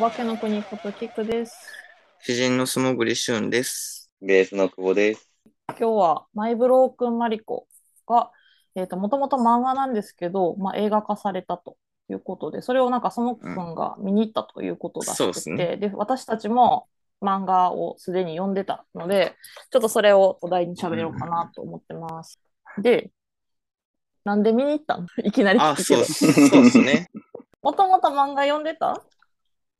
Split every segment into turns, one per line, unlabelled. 化けの国ことキクです。
詩人の素潜りしゅんです。
ベースの久保です。
今日はマイブロー君マリコが、えっ、と、もともと漫画なんですけど、まあ、映画化されたということで、それをなんかその君が見に行ったということだ
そう
っ
で
て
す
て、
ね
で、私たちも漫画をすでに読んでたので、ちょっとそれをお題に喋ろうかなと思ってます。で、なんで見に行ったの いきなり
あ、
聞くけ
そう
ど
っ。すそうですね。
もともと漫画読んでた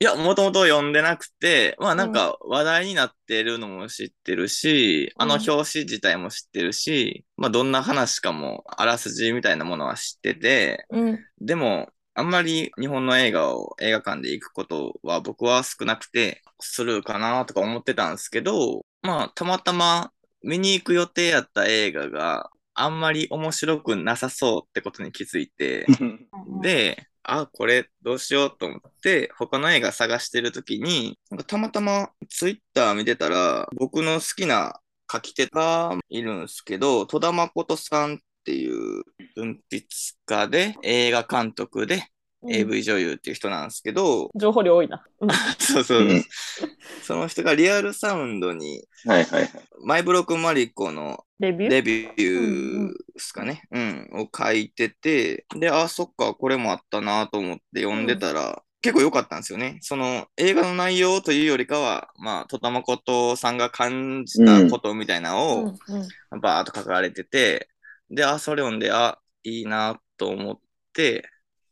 いや、もともと読んでなくて、まあなんか話題になってるのも知ってるし、
うん
あの表紙自体も知ってるし、まあどんな話かもあらすじみたいなものは知ってて、
うん。
でも、あんまり日本の映画を映画館で行くことは僕は少なくて、するかなとか思ってたんですけど、まあたまたま見に行く予定やった映画があんまり面白くなさそうってことに気づいて、で、あ、これどうしようと思って、他の映画探してるときに、なんかたまたまツイッター見てたら、僕の好きな書き手がいるんですけど、戸田誠さんっていう文筆家で、映画監督で、
うん、
AV 女優っていう人なんですけど、
情報量多いな。
そうそうそうその人がリアルサウンドに、
はいはいはい。
マイブロックマリコの
レビュー
レビューですかね、うん、を書いてて、で、あ、そっか、これもあったなと思って読んでたら、結構良かったんですよね。その映画の内容というよりかは、まあ、戸田誠さんが感じたことみたいなのを、
うんうん
バーっと書かれてて、で、あ、それ読んで、あ、いいなと思って、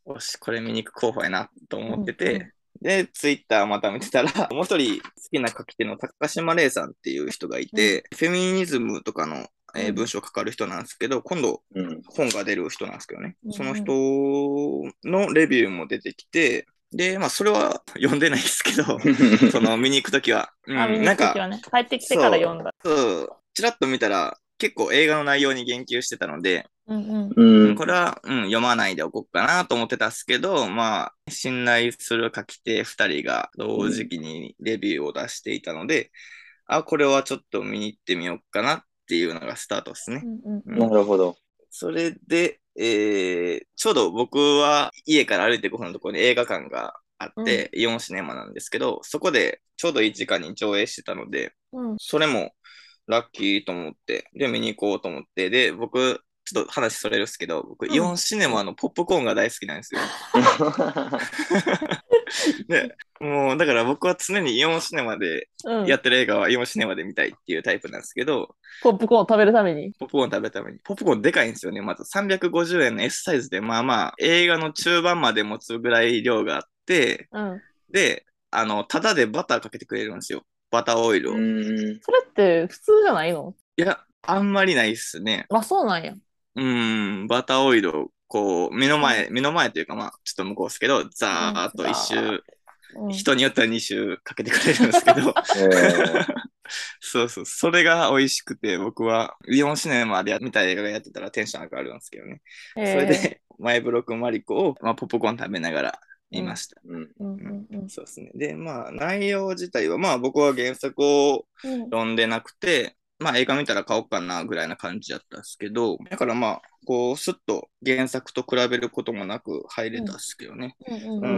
よし、これ見に行く候補やなと思ってて、
うんう
で、ツイッターまた見てたら、 もう一人好きな書き手の高島玲さんっていう人がいて、フェミニズムとかの、えー
うん
文章を書かれる人なんですけど、今度
うん。
本が出る人なんですけどね、
うんうん
その人のレビューも出てきて、で、まあ、それは読んでないですけ ど、その見に行くときは。うん
あ、見に
な
行
ん
く
か
時はね、帰ってきてから読んだ。
そう、ちらっと見たら、結構映画の内容に言及してたので、
うん
うん。
これは、うん、読まないでおこうかなと思ってたんですけど、まあ、信頼する書き手2人が同時期にレビューを出していたので、あ、これはちょっと見に行ってみようかなっていうのがスタートですね。
うん。
うん
なるほど。
それで、えーちょうど僕は家から歩いて5分のところに映画館があって、イオンシネマなんですけど、そこでちょうど1時間に上映してたので、
うん。
それもラッキーと思って、で、見に行こうと思って、で、僕、ちょっと話それるんですけど、僕、
ん
イオンシネマのポップコーンが大好きなん ですよ。で、もう、だから僕は常にイオンシネマで
うん。
やってる映画はイオンシネマで見たいっていうタイプなんですけど、
ポップコーンを食べるために。
ポップコーン食べるために、ポップコーンでかいんですよね。まず350円の S サイズで、まあまあ、映画の中盤まで持つぐらい量があって、
うん。
で、あの、タダでバターかけてくれるんですよ。バターオイルを。
う
い
ん。
それって普通じゃないの
や、あんまりないっすね。
あ、そうなんや。
うーん、バターオイルをこう、目の前、目の前というか、まあ、ちょっと向こうですけど、ザーっと一周、
うん
人によっては二周かけてくれるんですけど、
えー
そうそう、それが美味しくて、僕は、イオンシネマで見た映画がやってたらテンション上がるんですけどね。そ
えー
れで、 マイブロックマリコを、まあ、ポップコーン食べながら見ました。
うん。
うんうんうん
そうですね。で、まあ、内容自体は、まあ、僕は原作を
うん
読んでなくて、まあ映画見たら買おうかなぐらいな感じだったんですけど、だからまあ、こう、すっと原作と比べることもなく入れたっすけどね。
うん
う。
うん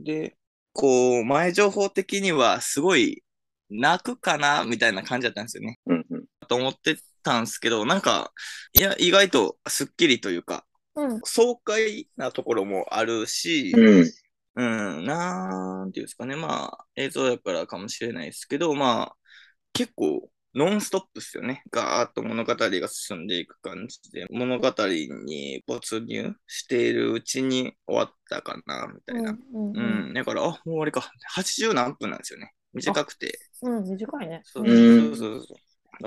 ん
で、こう、前情報的にはすごい泣くかなみたいな感じだったんですよね。
うん。
と思ってたんですけど、なんか、いや、意外とすっきりというか、
うん
爽快なところもあるし、
うん。
うん、なんていうんですかね、まあ、映像だからかもしれないですけど、まあ、結構、ノンストップですよね。ガーッと物語が進んでいく感じで、物語に没入しているうちに終わったかな、みたいな。
うん
う
うん
ん、だから、あ、もう終わりか。80何分なんですよね。短くて。
うん短いね。
そう
うん
そうそうそ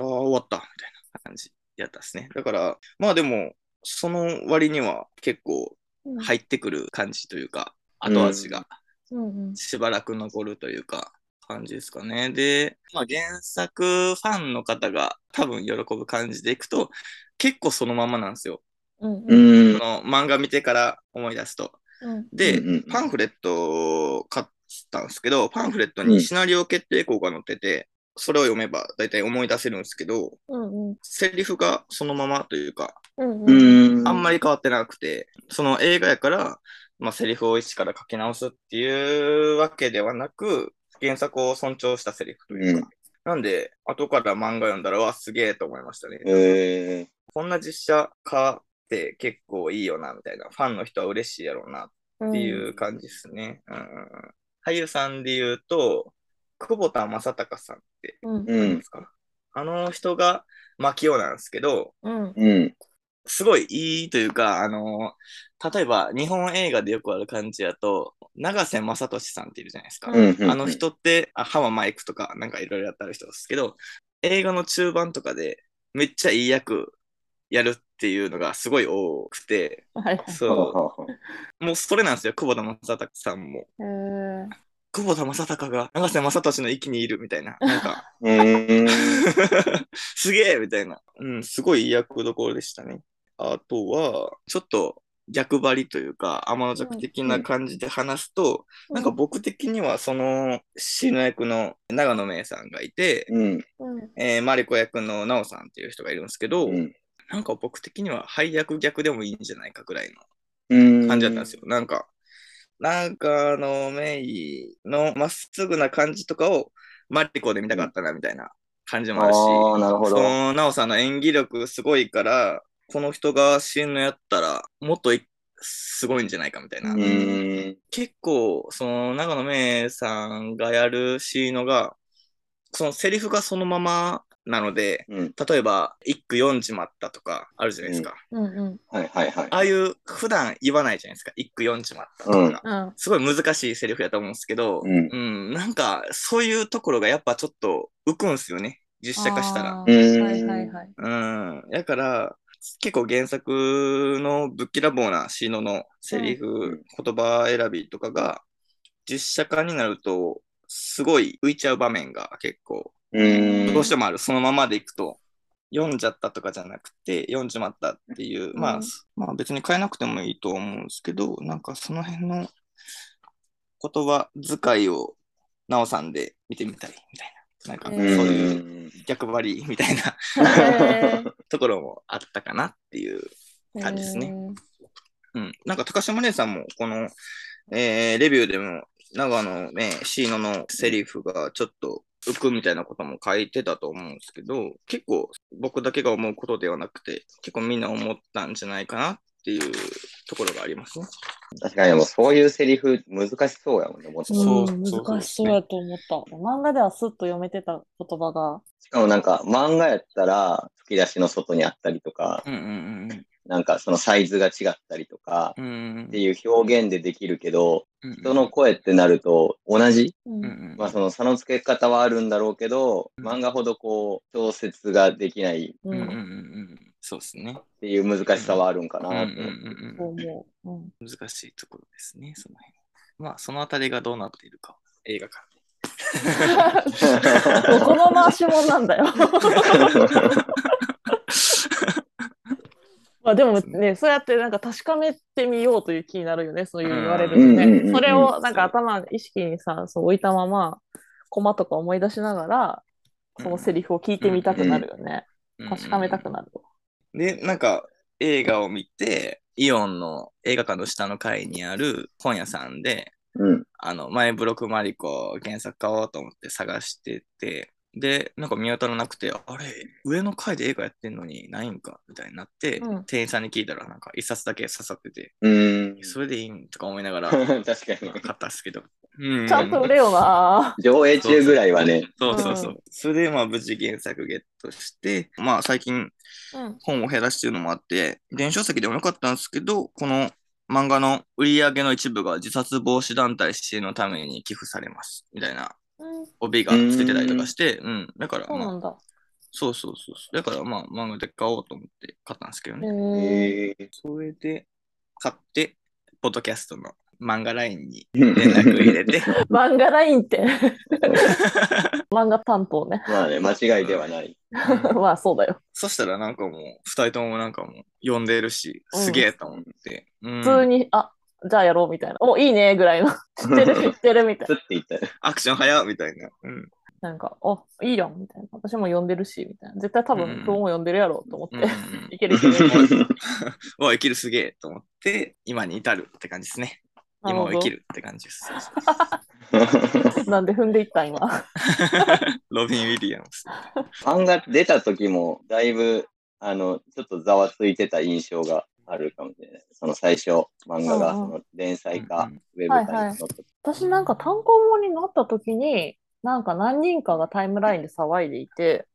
う。ああ、終わった、みたいな感じやったですね。だから、まあでも、その割には結構
うん
入ってくる感じというか、後味が。
うんうん
しばらく残るというか、感じですかね。で、まあ、原作ファンの方が多分喜ぶ感じでいくと、結構そのままなんですよ。
うん
う
う
ん。
そ
ん
の漫画見てから思い出すと。
うん
で、
うんうん
パンフレットを買ったんですけど、パンフレットにシナリオ決定稿が載ってて、それを読めば大体思い出せるんですけど、
うん
セリフがそのままというか、
うんうん
うん。
あんまり変わってなくて、その映画やから、まあ、セリフを一から書き直すっていうわけではなく、原作を尊重したセリフというか。なんで、後から漫画読んだら、わ、すげえと思いましたね。
ええ
こんな実写化って結構いいよな、みたいな。ファンの人は嬉しいやろうな、
うん
っていう感じですね。うんうんうん、俳優さんで言うと、久保田正孝さんって
うん
う
いうん
ん
で、すか、あの人が牧雄なんですけど、
うん
うん、
すごいいいというか、あの例えば日本映画でよくある感じやと、永瀬正敏さんっているじゃないですか。
うん、うん。
あの人って、あハママイクとかなんかいろいろやってある人ですけど、映画の中盤とかでめっちゃいい役やるっていうのがすごい多くて、
はい。
はは
そ
はは、
う、もうそれなんですよ、久保田正孝さんも。
えー
久保田正孝が永瀬正敏の域にいるみたいな、なんか、
うーん。
すげえみたいな、うん、すごいいい役どころでしたね。あとは、ちょっと逆張りというか、天の弱的な感じで話すと、なんか僕的には、その、シーの役の長野芽郁さんがいて、
うん、
うん
えーマリコ役のナオさんっていう人がいるんですけど、
うん。
なんか僕的には配役逆でもいいんじゃないかぐらいの
うん。
感じだったんですよ。なんか、なんかあの、メイのまっすぐな感じとかをマリコで見たかったなみたいな感じもあるし、
ああ、なるほ
そ
ど。
のナオさんの演技力すごいから、この人が死ぬやったらもっといすごいんじゃないかみたいな。
うーん。
結構、その長野めいさんがやるシーノが、そのセリフがそのままなので、
うん。
例えば、一句読んじまったとかあるじゃないですか。
うんうん
はいはいはい。
ああいう普段言わないじゃないですか。一句読んじまったとか。
うん
うん
すごい難しいセリフやと思うんですけど、
うん
なんかそういうところがやっぱちょっと浮くんすよね。実写化したら。
あ
う
ー
ん
はいはいはい。
うん。だから、結構原作のぶっきらぼうなシーノのセリフ、
うん
言葉選びとかが実写化になると、すごい浮いちゃう場面が結構
うーん。
どうしてもある、そのままでいくと、読んじゃったとかじゃなくて、読んじまったっていう、まあ、
うん
まあ別に変えなくてもいいと思うんですけど、なんかその辺の言葉遣いを、なおさんで見てみたいみたいな、なんかそう
ーん
いう逆張りみたいな
へ
ところもあったかなっていう、
ー
感じですね
へー
うん、なんか高島姉さんも、この、えーレビューでも、長野ね、椎野のセリフがちょっと浮くみたいなことも書いてたと思うんですけど、結構僕だけが思うことではなくて、結構みんな思ったんじゃないかなっていうところがありますね。
確かに、でもそういうセリフ難しそうやもんね、もっと。
そう
うん
そう
難しそうやと思った。漫画ではスッと読めてた言葉が。
しかもなんか、漫画やったら、吹き出しの外にあったりとか、
うんうん
なんかそのサイズが違ったりとか、
うんうん。
っていう表現でできるけど、
うんうん
人の声ってなると同じ、
うん
うんうん
まあその差の付け方はあるんだろうけど、
うん
漫画ほどこう、調節ができない
うん
うんうんうんうん。そうですね。
っていう難しさはあるんか
う
なん
うん
と、
うん
そう思 う。うん
うん。難しいところですね、その辺。まあ、そのあたりがどうなっているか、映画館で。
どこの回しもなんだよ。 まあでもね、そうやってなんか確かめてみようという気になるよね、そういう言われると
うんうんうんう
ね。
ん
それをなんか頭、意識にさ、そう置いたまま、コマとか思い出しながら、そのセリフを聞いてみたくなるよね。確かめたくなる。
で、なんか映画を見て、イオンの映画館の下の階にある本屋さんで、
うん。
あの、前ブロックマリコ原作買おうと思って探してて、で、なんか見当たらなくて、あれ、上の階で映画やってんのにないんかみたいになって、
うん
店員さんに聞いたら、なんか一冊だけ刺さってて、
うん。
それでいいんとか思いなが ら、
確か
まあ
に。
買ったんですけど。う
ちゃんと売れよな。
上映中ぐらいはね。
そうそうそう。
う
それで、まあ、無事原作ゲットして、まあ、最近、
うん。
本を減らしてるのもあって、電子書籍でもよかったんですけど、この漫画の売り上げの一部が自殺防止団体支援のために寄付されます、みたいな
うん
帯がつけてたりとかして、うん,、だから、
そうな
まあ、
んだ。
そうそうそうそう。だから、まあ、漫画で買おうと思って買ったんですけどね。
へえ。
へえ
それで、買って、ポッドキャストの漫画ラインに
連
連絡入れて、
漫画ライ ンって。漫画担当ね。
まあね、間違いではない。
うん
まあそうだよ。
そしたらなんかもう、二人ともなんかもう、読んでるし、すげえと思って。うん
普通に、あ、じゃあやろうみたいな。お、いいねぐらいの。知ってる、知ってるみたい
つって言った よ。
アクション早っみたいな。うん
な。なんか、お、いいやんみたいな。私も呼んでるし、みたいな。絶対多
うん
分、今日も呼んでるやろうと思って。
うんうんうん
いけるいける。
わ、生きるすげえと思って、今に至るって感じですね。
なる
今を
ほ
生
ど
き。るって感じです。
なんで踏んでいった今。
ロビン・ウィリアムス。
漫画出た時も、だいぶ、あの、ちょっとざわついてた印象があるかもしれない。その最初、漫画が、
うん
そ
うん
の連載
う
か
んうん、
ウェブかに載った時
私なんか単行本になった時に、なんか何人かがタイムラインで騒いでいて、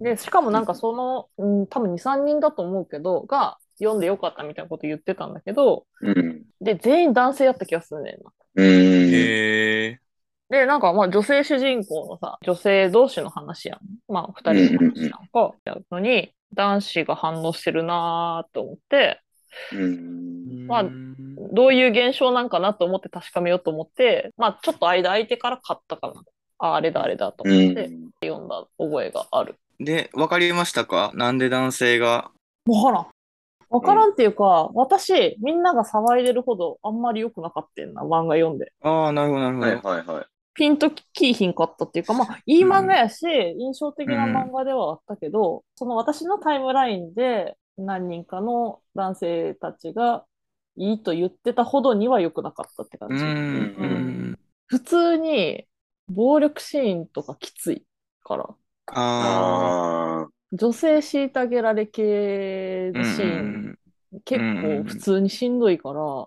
で、しかもなんかその、うん、多分2、3人だと思うけど、が読んでよかったみたいなこと言ってたんだけど、
うん。
で、全員男性やった気がするねんな。
うん。
へえ。
で、なんかまあ女性主人公のさ、女性同士の話やん。まあ二人の話なんか、やるのに、男子が反応してるなーと思って、
うん。
まあ
うん
どういう現象なんかなと思って確かめようと思って、まあちょっと間空いてから買ったかな。あ、あれだあれだと
う
思って
ん。
読んだ覚えがある。
で、わかりましたかなんで男性が。
わからん。わからんっていうか、私、みんなが騒いでるほどあんまり良くなかったんな、漫画読んで。
ああ、なるほど、なるほど。
はいはいはい。
ピンときいひんかったっていうか、まあ、いい漫画やし、印象的な漫画ではあったけど、その私のタイムラインで何人かの男性たちがいいと言ってたほどには良くなかったって感
う
じ。
んうん。
普通に暴力シーンとかきついから、
ああ。
あ
女性虐げられ系のシーン、結構普通にしんどいから、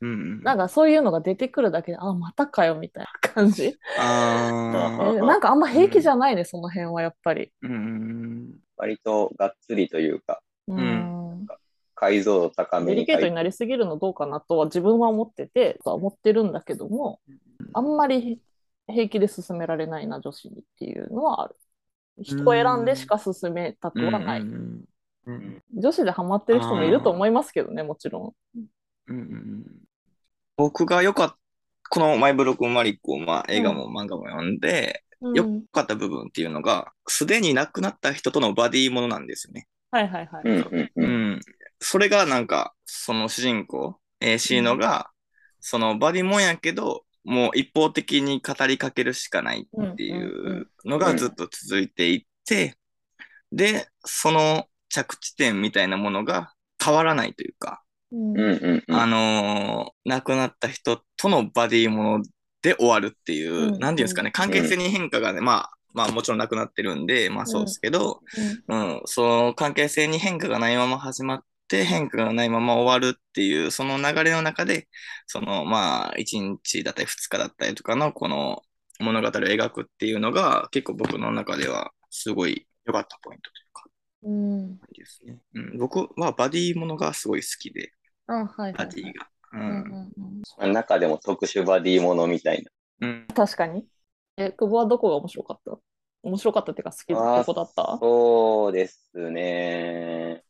うん。
なん
か、
かそういうのが出てくるだけで、あ、またかよみたいな感 じ。
あ
え
あ。
なんかあんま平気じゃないね、その辺はやっぱり。
うん。
あ、割とがっつりというか、
うんん。
解像度高め
デリ
に
ケ
書
ート
い
になりすぎるのどうかなとは自分は思ってて、とは思ってるんだけども、あんまり平気で進められないな、女子にっていうのはある。人を選んでしか進めたくはない。
うんうん
女子でハマってる人もいると思いますけどね、もちろ
うんうん僕がよかった、このマイブロックマリックを、まあ、映画も漫画も読んで、
ん。う
よ
ん、
かった部分っていうのが、すでに亡くなった人とのバディものなんですよね。
はいはいはい。
て。うんうんう。
うんん。それがなんか、その主人公、えー、シーノが、そのバディもんやけど、もう一方的に語りかけるしかないっていうのがずっと続いていって、で、その着地点みたいなものが変わらないというか、
うん
うんうんうん。
あのー亡くなった人とのバディもので終わるっていう、
う
なん
ん
ていうんですかね、関係性に変化がね、まあ、まあもちろんなくなってるんで、まあそうですけど、うん、その関係性に変化がないまま始まって、変化がないまま終わるっていう、その流れの中で、そのまあ、1日だったり2日だったりとかの、この物語を描くっていうのが、結構僕の中では、すごい良かったポイントというか、
うん。
ですね。うん、僕はバディものがすごい好きで、
あ、はい、は
バ
い
ディが。う
うん
ん。
うんうん。
中でも特殊バディものみたい
うん、
確かに。え、久保はどこが面白かった面白かったっていうか好き
あ
な
ー
とこだっ
な。
た
そうですね。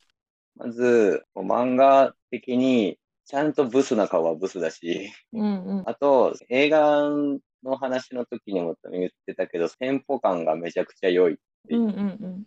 まず、漫画的に、ちゃんとブスな顔はブスだし、
うんうん。
あと、映画の話の時にも言ってたけど、テンポ感がめちゃくちゃ良い。
うんうんうん。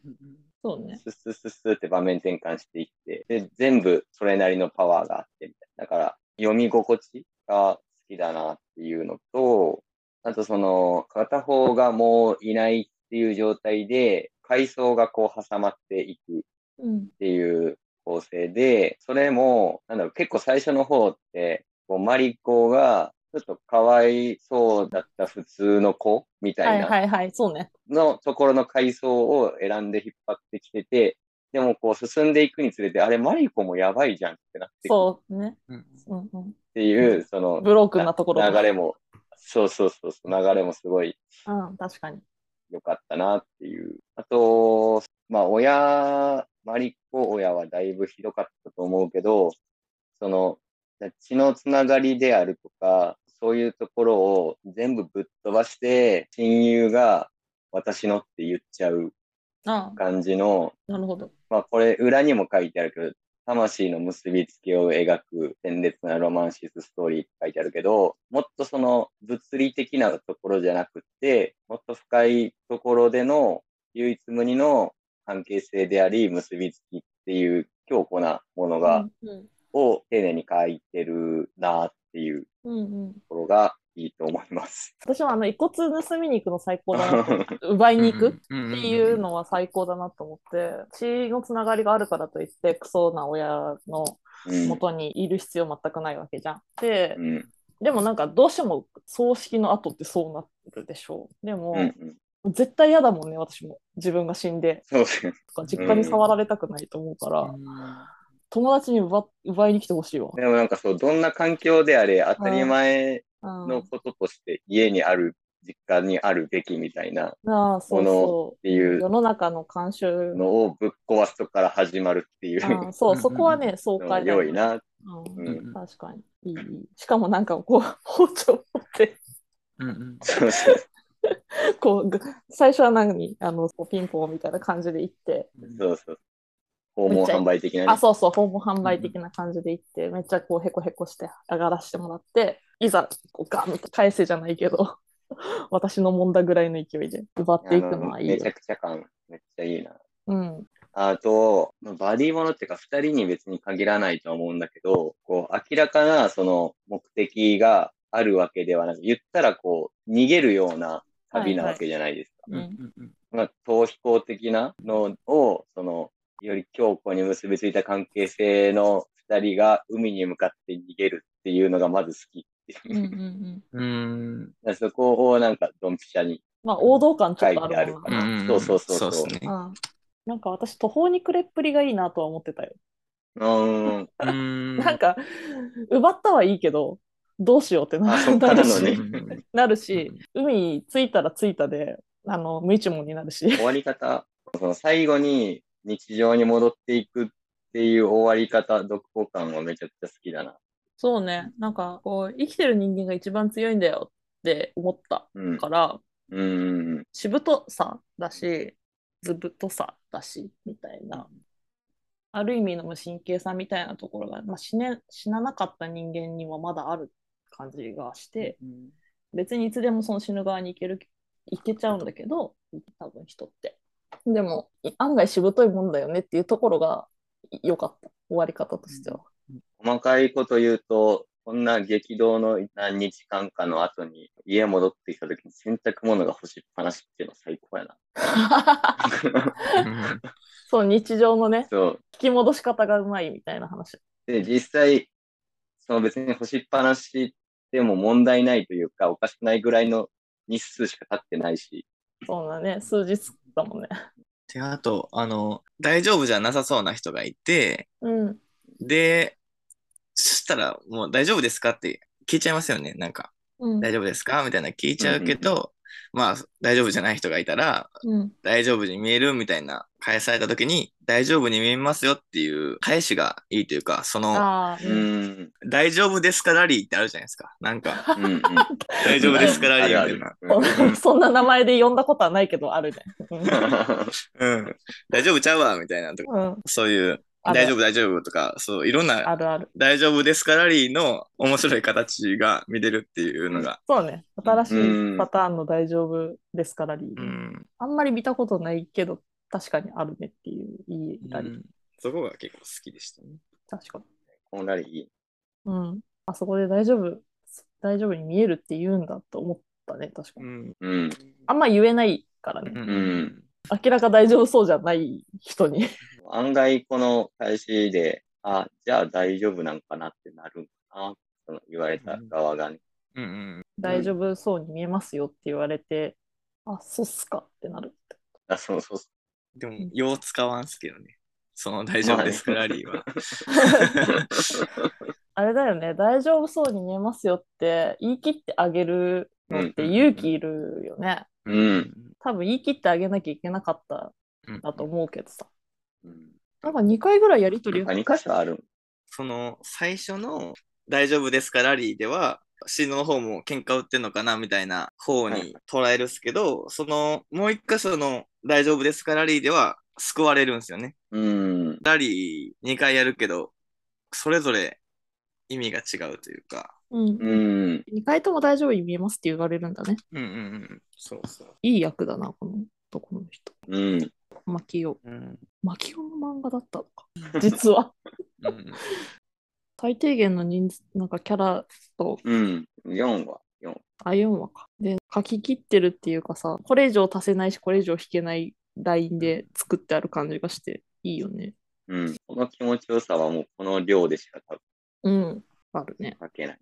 そうね。
スッスッスッスッって場面転換していって、で、全部それなりのパワーがあってみたいな。だから、読み心地が好きだなっていうのと、あとその、片方がもういないっていう状態で、階層がこう挟まっていく
うん
っていう構成で、それも、なんだろう、結構最初の方って、こうマリコが、ちょっとかわいそうだった普通の子みた
はいい
な
はいはい、そうね。
のところの階層を選んで引っ張ってきてて、でもこう進んでいくにつれて、あれ、マリコもやばいじゃんってなってくっ
そうね。
うん
うんうん。
ていう、その
ブロークンなところ
流れも、そうそうそうそう、流れもすごい
うん、確かに。
良かったなっていう。あと、まあ親、マリコ親はだいぶひどかったと思うけど、その、血のつながりであるとか、そういうところを全部ぶっ飛ばして、親友が私のって言っちゃう
あ
感じの、
なるほど。
まあこれ裏にも書いてあるけど、魂の結びつきを描く鮮烈なロマンシスストーリーって書いてあるけど、もっとその物理的なところじゃなくって、もっと深いところでの唯一無二の関係性であり、結びつきっていう強固なものが、
うん
を丁寧に書いてるなっていうと
うんうん。
ころがいいと思います。
私はあの、遺骨盗みに行くの最高だなと思って。奪いに行く
って
っていうのは最高だなと思って、血のつながりがあるからといって、クソな親の
うん。
元にいる必要全くないわけじゃん。で
う、ん。
でもなんかどうしても葬式の後ってそうなるでしょう。でも、
うんうん。
絶対嫌だもんね、私も。自分が死んで、
そうですね。
とか実家に触られたくないと思うから、友達に奪奪いに来てほしいわ。
でもなんかそう、どんな環境であれ当たり前
うん
のこととして家にある、実家にあるべきみたいなっ
ああ、そうそ。
ていうう
世の中の慣習。
のをぶっ壊すとこから始まるっていう
ああ
の
そうう、
ん
そこはね、爽
が
快だよ
良いな。
う
うんん。
確かに。いいいい。しかもなんかこう、 包丁持って、
うんうん
そうそう。
こう、ぐ最初は何あの、こうピンポンみたいな感じで行って、
そうそう。訪問販売的な
あ、
ね。
そうそう、訪問販売的な感じで行って、めっちゃこう、へこへこして上がらせてもらって、いざ、こう、ガンって返せじゃないけど、 私のもんだぐらいの勢いで奪っていくのはいい
めち
よ
ゃ。くちゃ感、めっちゃいいな。
うん。
あと、バディものっていうか、二人に別に限らないとは思うんだけど、こう、明らかな、その、目的があるわけではなく、言ったら、こう、逃げるような旅なわけじゃないですか。
うんうんうん
まあ、逃避行的なのを、その、より強固に結びついた関係性の二人が海に向かって逃げるっていうのがまず好き。
うんうん う
う
ん。
ん
だ からそこをなんか、ドンピシャに。
まあ、王道感ちょっとあるもん
う
な。
んん
そうそうそうそう
そうですね。
うん。なんか私、途方に暮れっぷりがいいなとは思ってたよ。
うー ん。
うん
なんか、奪ったはいいけど、どうしようってな
あそっか
な
ら
る
の
し
ね、
なるし、海着いたら着いたで、あの、無一文になるし。
終わり方、その最後に日常に戻っていくっていう終わり方、読後感はめちゃくちゃ好きだな。
そうね、なんかこう生きてる人間が一番強いんだよって思った
うん。うん
から、
うんうん。
しぶとさだし、ずぶとさだしみたいな、ある意味の無神経さみたいなところが、まあ、死ね死ななかった人間にはまだある感じがして、別にいつでもその死ぬ側に行ける行けちゃうんだけど、多分人って。でもい案外しぶといもんだよねっていうところがい良かった、終わり方としては。
細かいこと言うと、こんな激動の何日間かの後に家戻ってきた時に洗濯物が干しっぱなしっていうの最高やな。
そう日常のね
そう。
引き戻し方がうまいみたいな話。
で、実際、その別に干しっぱなしでも問題ないというか、おかしくないぐらいの日数しか経ってないし、
そうだね、数日だもんね。
で、あと、あの、大丈夫じゃなさそうな人がいて、
うん。
で、そしたら、もう大丈夫ですかって聞いちゃいますよね。なんか、
うん。
大丈夫ですかみたいな聞いちゃうけど、まあ、大丈夫じゃない人がいたら、
うん。
大丈夫に見えるみたいな返された時に、大丈夫に見えますよっていう返しがいいというか、その、
ああ、
うーん。
大丈夫ですかラリーってあるじゃないですか。なん か、
うんうん。
大丈夫ですかラリーみたいな。
あるある。
うん そんな名前で呼んだことはないけど、あるね。
うん。大丈夫ちゃうわみたいなとか、
うん。
そういう、
ある
大丈夫大丈夫とか、そう、いろんな
あるある。
大丈夫ですかラリーの面白い形が見れるっていうのが、
そうね。新しいパターンの大丈夫ですからリー
う
グ
ん、
あんまり見たことないけど、確かにあるねっていう、いいラリー。
そこが結構好きでしたね。
確かに。
このラリーいい
うん。あそこで大丈夫、大丈夫に見えるって言うんだと思ったね、確かに。
ん。
うん。
あんま言えないからね。
うん。
明らか大丈夫そうじゃない人に。
案外、この返しで、あ、じゃあ大丈夫なんかなってなるんかな、その言われた側がね。
うんうん。
大丈夫そうに見えますよって言われて、あ、そうっすかってなるって。
あ、そうそうそ
でも、よう使わんすけどね。その大丈夫ですかラリーは。
あれだよね、大丈夫そうに見えますよって言い切ってあげるのって
うん
勇気いるよね。
う。うん。
多分言い切ってあげなきゃいけなかった
うん
んだと思うけどさ。
うん
なんか2回ぐらいやりと
な
り
んか2箇所ある。
その、最初の大丈夫ですかラリーでは、シードの方も喧嘩売ってんのかなみたいな方に捉えるっすけど、その、もう一箇所の大丈夫ですかラリーでは救われるんですよね。
うん。
ラリー2回やるけど、それぞれ意味が違うというか。
う
う
ん、
ん。
2回とも大丈夫に見えますって言われるんだね。
うんうんうん。そうそう。
いい役だな、この男の人。
うん。
マキオ。
うん。
マキオの漫画だったの か。実は。
うん、
最低限の人数、なんかキャラと
うん。4は、4。
あ、4話か。で、書き切ってるっていうかさ、これ以上足せないし、これ以上引けないラインで作ってある感じがして、いいよね。
うん。この気持ちよさはもうこの量でしか多分
うん。あるね。
書けない。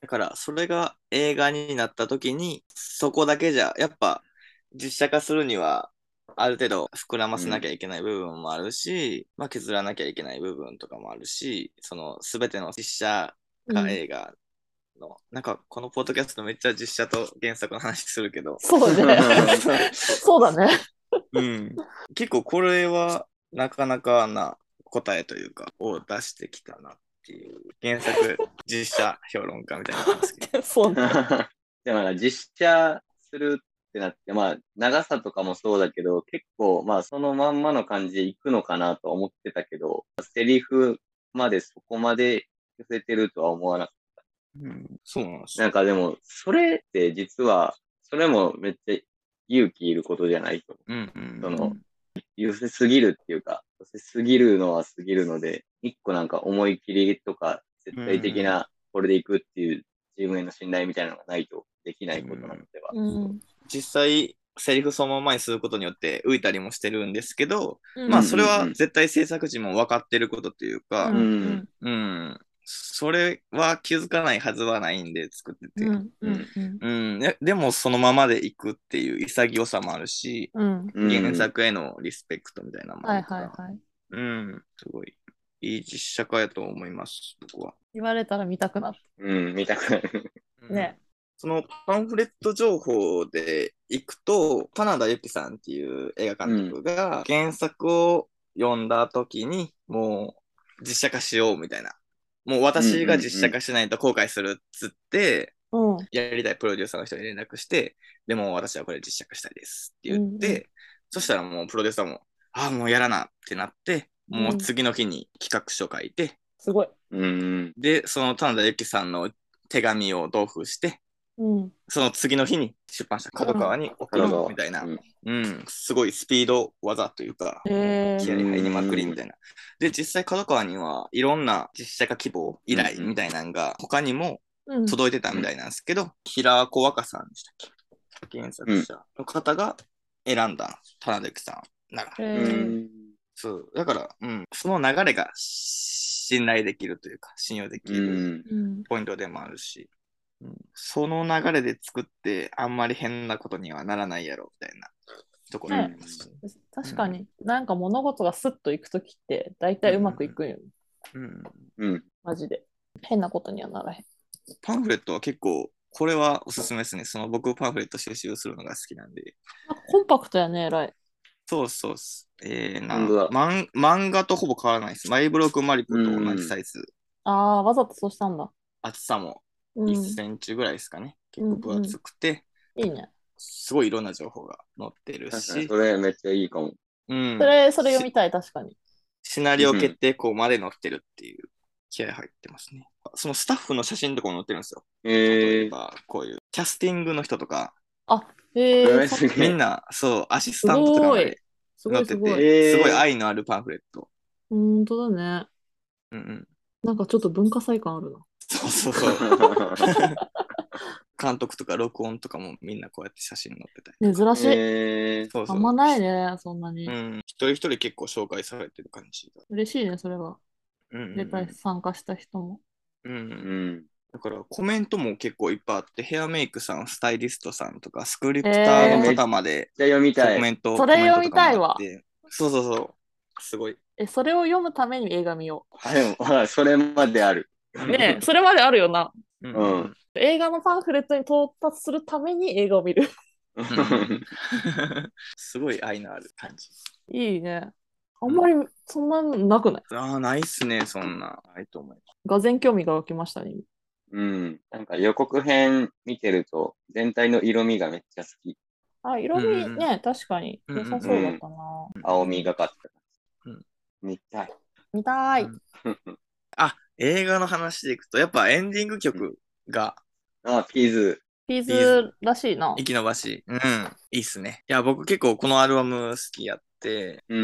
だから、それが映画になった時に、そこだけじゃ、やっぱ、実写化するには、ある程度膨らませなきゃいけない部分もあるし、まあ削らなきゃいけない部分とかもあるし、その全ての実写
う
化
ん
映画の、なんかこのポッドキャストめっちゃ実写と原作の話するけど、
そう ね。そうだね。
うん、結構これはなかなかな答えというかを出してきたなっていう原作実写評論家みたいな感じですけど
そうね。
でもなんか実写するってなって、まあ、長さとかもそうだけど、結構、まあ、そのまんまの感じでいくのかなと思ってたけど、セリフまでそこまで寄せてるとは思わなく
うん、そうなんです
て、なんかでも、それって実は、それもめっちゃ勇気いることじゃないと思う。
うんうん
その寄せすぎるっていうか、寄せすぎるのはすぎるので、一個なんか思い切りとか、絶対的な、これでいくっていう自分への信頼みたいなのがないとできないことなのでは。
うん。
実際セリフそのままにすることによって浮いたりもしてるんですけど、
うん
まあそれ
うんう
は
んうん
絶対制作陣も分かってることというか、う
う
んん
うん
それは気づかないはずはないんで作ってて、
うんうんうん
うんいやでもそのままでいくっていう潔さもあるし、
うん。
うん
原作へのリスペクトみたいなもの
はい
とか
はいはい。
うん、すごい。いい実写化やと思います、僕は。
言われたら見たくなっ
うん、見たくなる。
た。ね。
そのパンフレット情報でいくと、棚田由紀さんっていう映画監督が原作を読んだ時に、もう実写化しようみたいな。もう私が実写化しないと後悔するっつって、
うん。
やりたいプロデューサーの人に連絡して、でも私はこれ実写化したいですって言って、
うんうん
そしたらもうプロデューサーも、ああ、もうやらなってなって、もう次の日に企画書書いて、
すごい。
うん。
で、その田田由紀さんの手紙を同封して、
うん。
その次の日に出版社、角川に送る
うん
みたいな、
うん
うん、すごいスピード技というか、
え
気
ー
合い入りまくりみたいな。で、実際角川にはいろんな実写化希望依頼みたいなのが他にも
うん。
届いてたみたいなんですけど、平子若さんでしたっけ原作者の方が選んだ田中さんなら、
え
う
ー
ん。
そうだから、うん、その流れが信頼できるというか信用でき
う
る
ん。
うん。
ポイントでもあるし、うんその流れで作ってあんまり変なことにはならないやろみたいなところがあります、
確かに、なんか物事がスッといくときって、大体うまくいくんよね。
うん、
うん。
マジで。変なことにはならへん。
パンフレットは結構これはおすすめですねその僕パンフレット収集するのが好きなんで
あコンパクトやね、えらい。
そうそうっす。えー、な
本当だ
マン、漫画とほぼ変わらないです。マイブロックマリコと同じサイズ。
ああ、わざとそうしたんだ。
厚さも
うん、い
1センチぐらいですかね。
うん
結構分厚くて、
いね。
すごいいろんな情報が載ってる
確かに、
し
そ、れめっちゃいいかも。
うん
そ、れ、それ読みたい、確かに。
シナリオ決定校まで載ってるっていう気合入ってますね。そのスタッフの写真とかも載ってるんですよ。例
え
え
ー、
ば、こういうキャスティングの人とか、
へえ
え
ー、
すげ
みん
え。
な、そう、アシスタントとかまです
ご
載っ
い
て
す
て、す
ご
ご
い。
い
えー
愛のあるパンフレット。
本当だね。
うんうん、
なんかちょっと文化祭感あるな。
そうそうそう。監督とか録音とかもみんなこうやって写真載ってたり。
珍しい。
えー、
そうそ
あ
うん
まないね、そんなに。
うん。一人一人結構紹介されてる感じだ。
嬉しいね、それは。
うんうんうん、
絶対参加した人も。
うんう。
うんん。
だからコメントも結構いっぱいあって、ヘアメイクさん、スタイリストさんとか、スクリプターの方まで
じゃあ読み
コ
たい。
メント、
それ読みたいわ
コメントとかもあって。そうそうそう。すごい。
え、それを読むために映画見よ
あ、でも、あそれまである。
う。ねえ、それまであるよな。
うん
うん。
映画のパンフレットに到達するために映画を見る。
ん すごい愛のある感じ。
いいね。あんまりそんなのなくない
ああ、ないっすね、そんな。ないと思います。
がぜん興味が湧きましたね。
うん。なんか予告編見てると、全体の色味がめっちゃ好き。
あ、色味ね、
うん
確かに良さそうだったな。
青みがかった感じ
うん
見たい。
見たい。
あ、映画の話でいくと、やっぱエンディング曲が
あ、ピーズ。
ピーズらしいな。
生き延ばし。うん。いいっすね。いや、僕結構このアルバム好きやって、
う。
う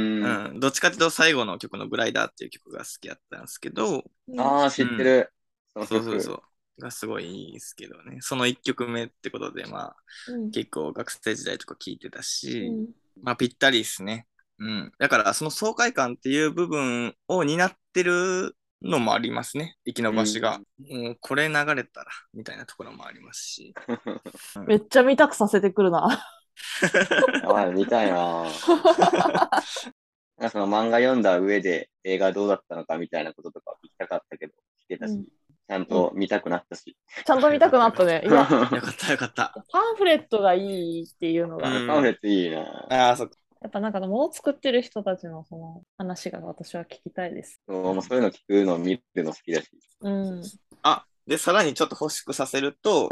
んん。どっちかっていうと最後の曲のグライダーっていう曲が好きやったんですけど、
ああ、知ってる。そ
そ
の
う
曲
そうそう。がすごいいいですけどね。その1曲目ってことで、まあ、
うん
結構学生時代とか聴いてたし、
うん
まあ、ぴったりですね。うん。だから、その爽快感っていう部分を担ってるのもありますね。生き延ばしが。もうこれ流れたら、みたいなところもありますし。
めっちゃ見たくさせてくるな。
やばい、見たい なぁなんかその漫画読んだ上で映画どうだったのかみたいなこととか聞きたかったけど、聞けたし、
うん
ちゃんと見たくなったし。
ちゃんと見たくなった ね。いや、
よかったよかった。
パンフレットがいいっていうのが、
うん
パンフレットいいなぁ
ああ、そっか。
やっぱなんかの物作ってる人たちのその話が私は聞きたいです。
そうもうそういうの聞くの見るの好きだし。
うん。
で、さらにちょっと欲しくさせると、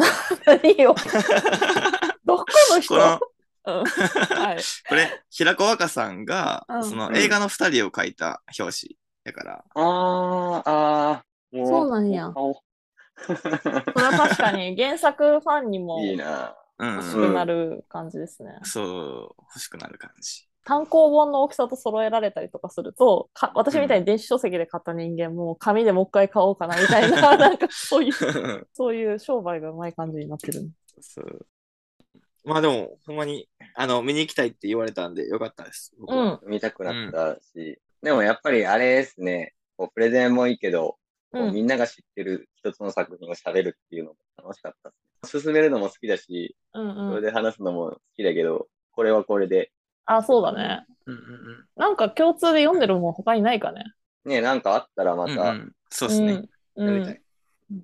何を どこの人
この、
うんはい。
これ、平子若さんが、
うん
その映画の二人を書いた表紙だから、
あー、あー、もう。
そうなんや
顔
それは確か に原作ファンにも
いいな
うん、
欲しくなる感じですね。
そう、欲しくなる感 じ。
単行本の大きさと揃えられたりとかすると、か私みたいに電子書籍で買った人間も紙でもう一回買おうかなみたい な、なんかそういう、そういう商売がうまい感じになってる。
そう。まあでも、ほんまに、あの、見に行きたいって言われたんで、よかったです。僕
う
は
ん。
見たくなったし。でもやっぱりあれですね、こうプレゼンもいいけど、こう
うん
みんなが知ってる一つの作品を喋るっていうのも楽しかったです。進めるのも好きだし、
うん
それ
うん。
で話すのも好きだけど、これはこれで。
あ、そうだね。
うんうんうん
なんか共通で読んでるもん他にないかね。
ね、なんかあったらま
うんう
た、
んそうですね。
うん。
や
う
り
ん
たい。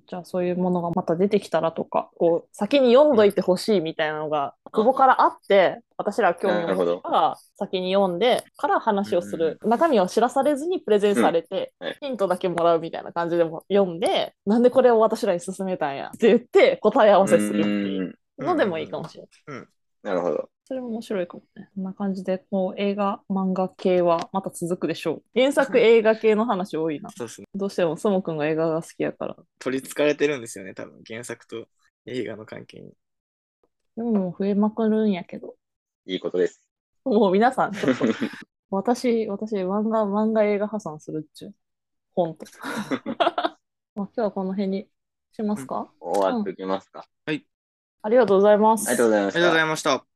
じゃあそういうものがまた出てきたらとか、こう先に読んどいてほしいみたいなのが、久保からあって、私らは興味を持ったから先に読んでから話をする。中身を知らされずにプレゼンされて、
うんはい
ヒントだけもらうみたいな感じでも読んで、なんでこれを私らに勧めたんやって言って答え合わせするっていう
うん
のでもいいかもしれない。
なるほど。
それも面白いかもね。こんな感じで、こう映画、漫画系はまた続くでしょう。原作映画系の話 多いな。
そうですね。
どうしてもそもくんが映画が好きやから。
取り憑かれてるんですよね、多分。原作と映画の関係に。
でももう増えまくるんやけど。
いいこと です。
もう皆さん、ちょっと、私、私、漫画、漫画映画破産するっちゅう。本 と。まあ、今日はこの辺にしますか、
終わっておきますか。
ありがとうございます。
ありがとうございま
あ
し
りが
た
とうご。ざいました。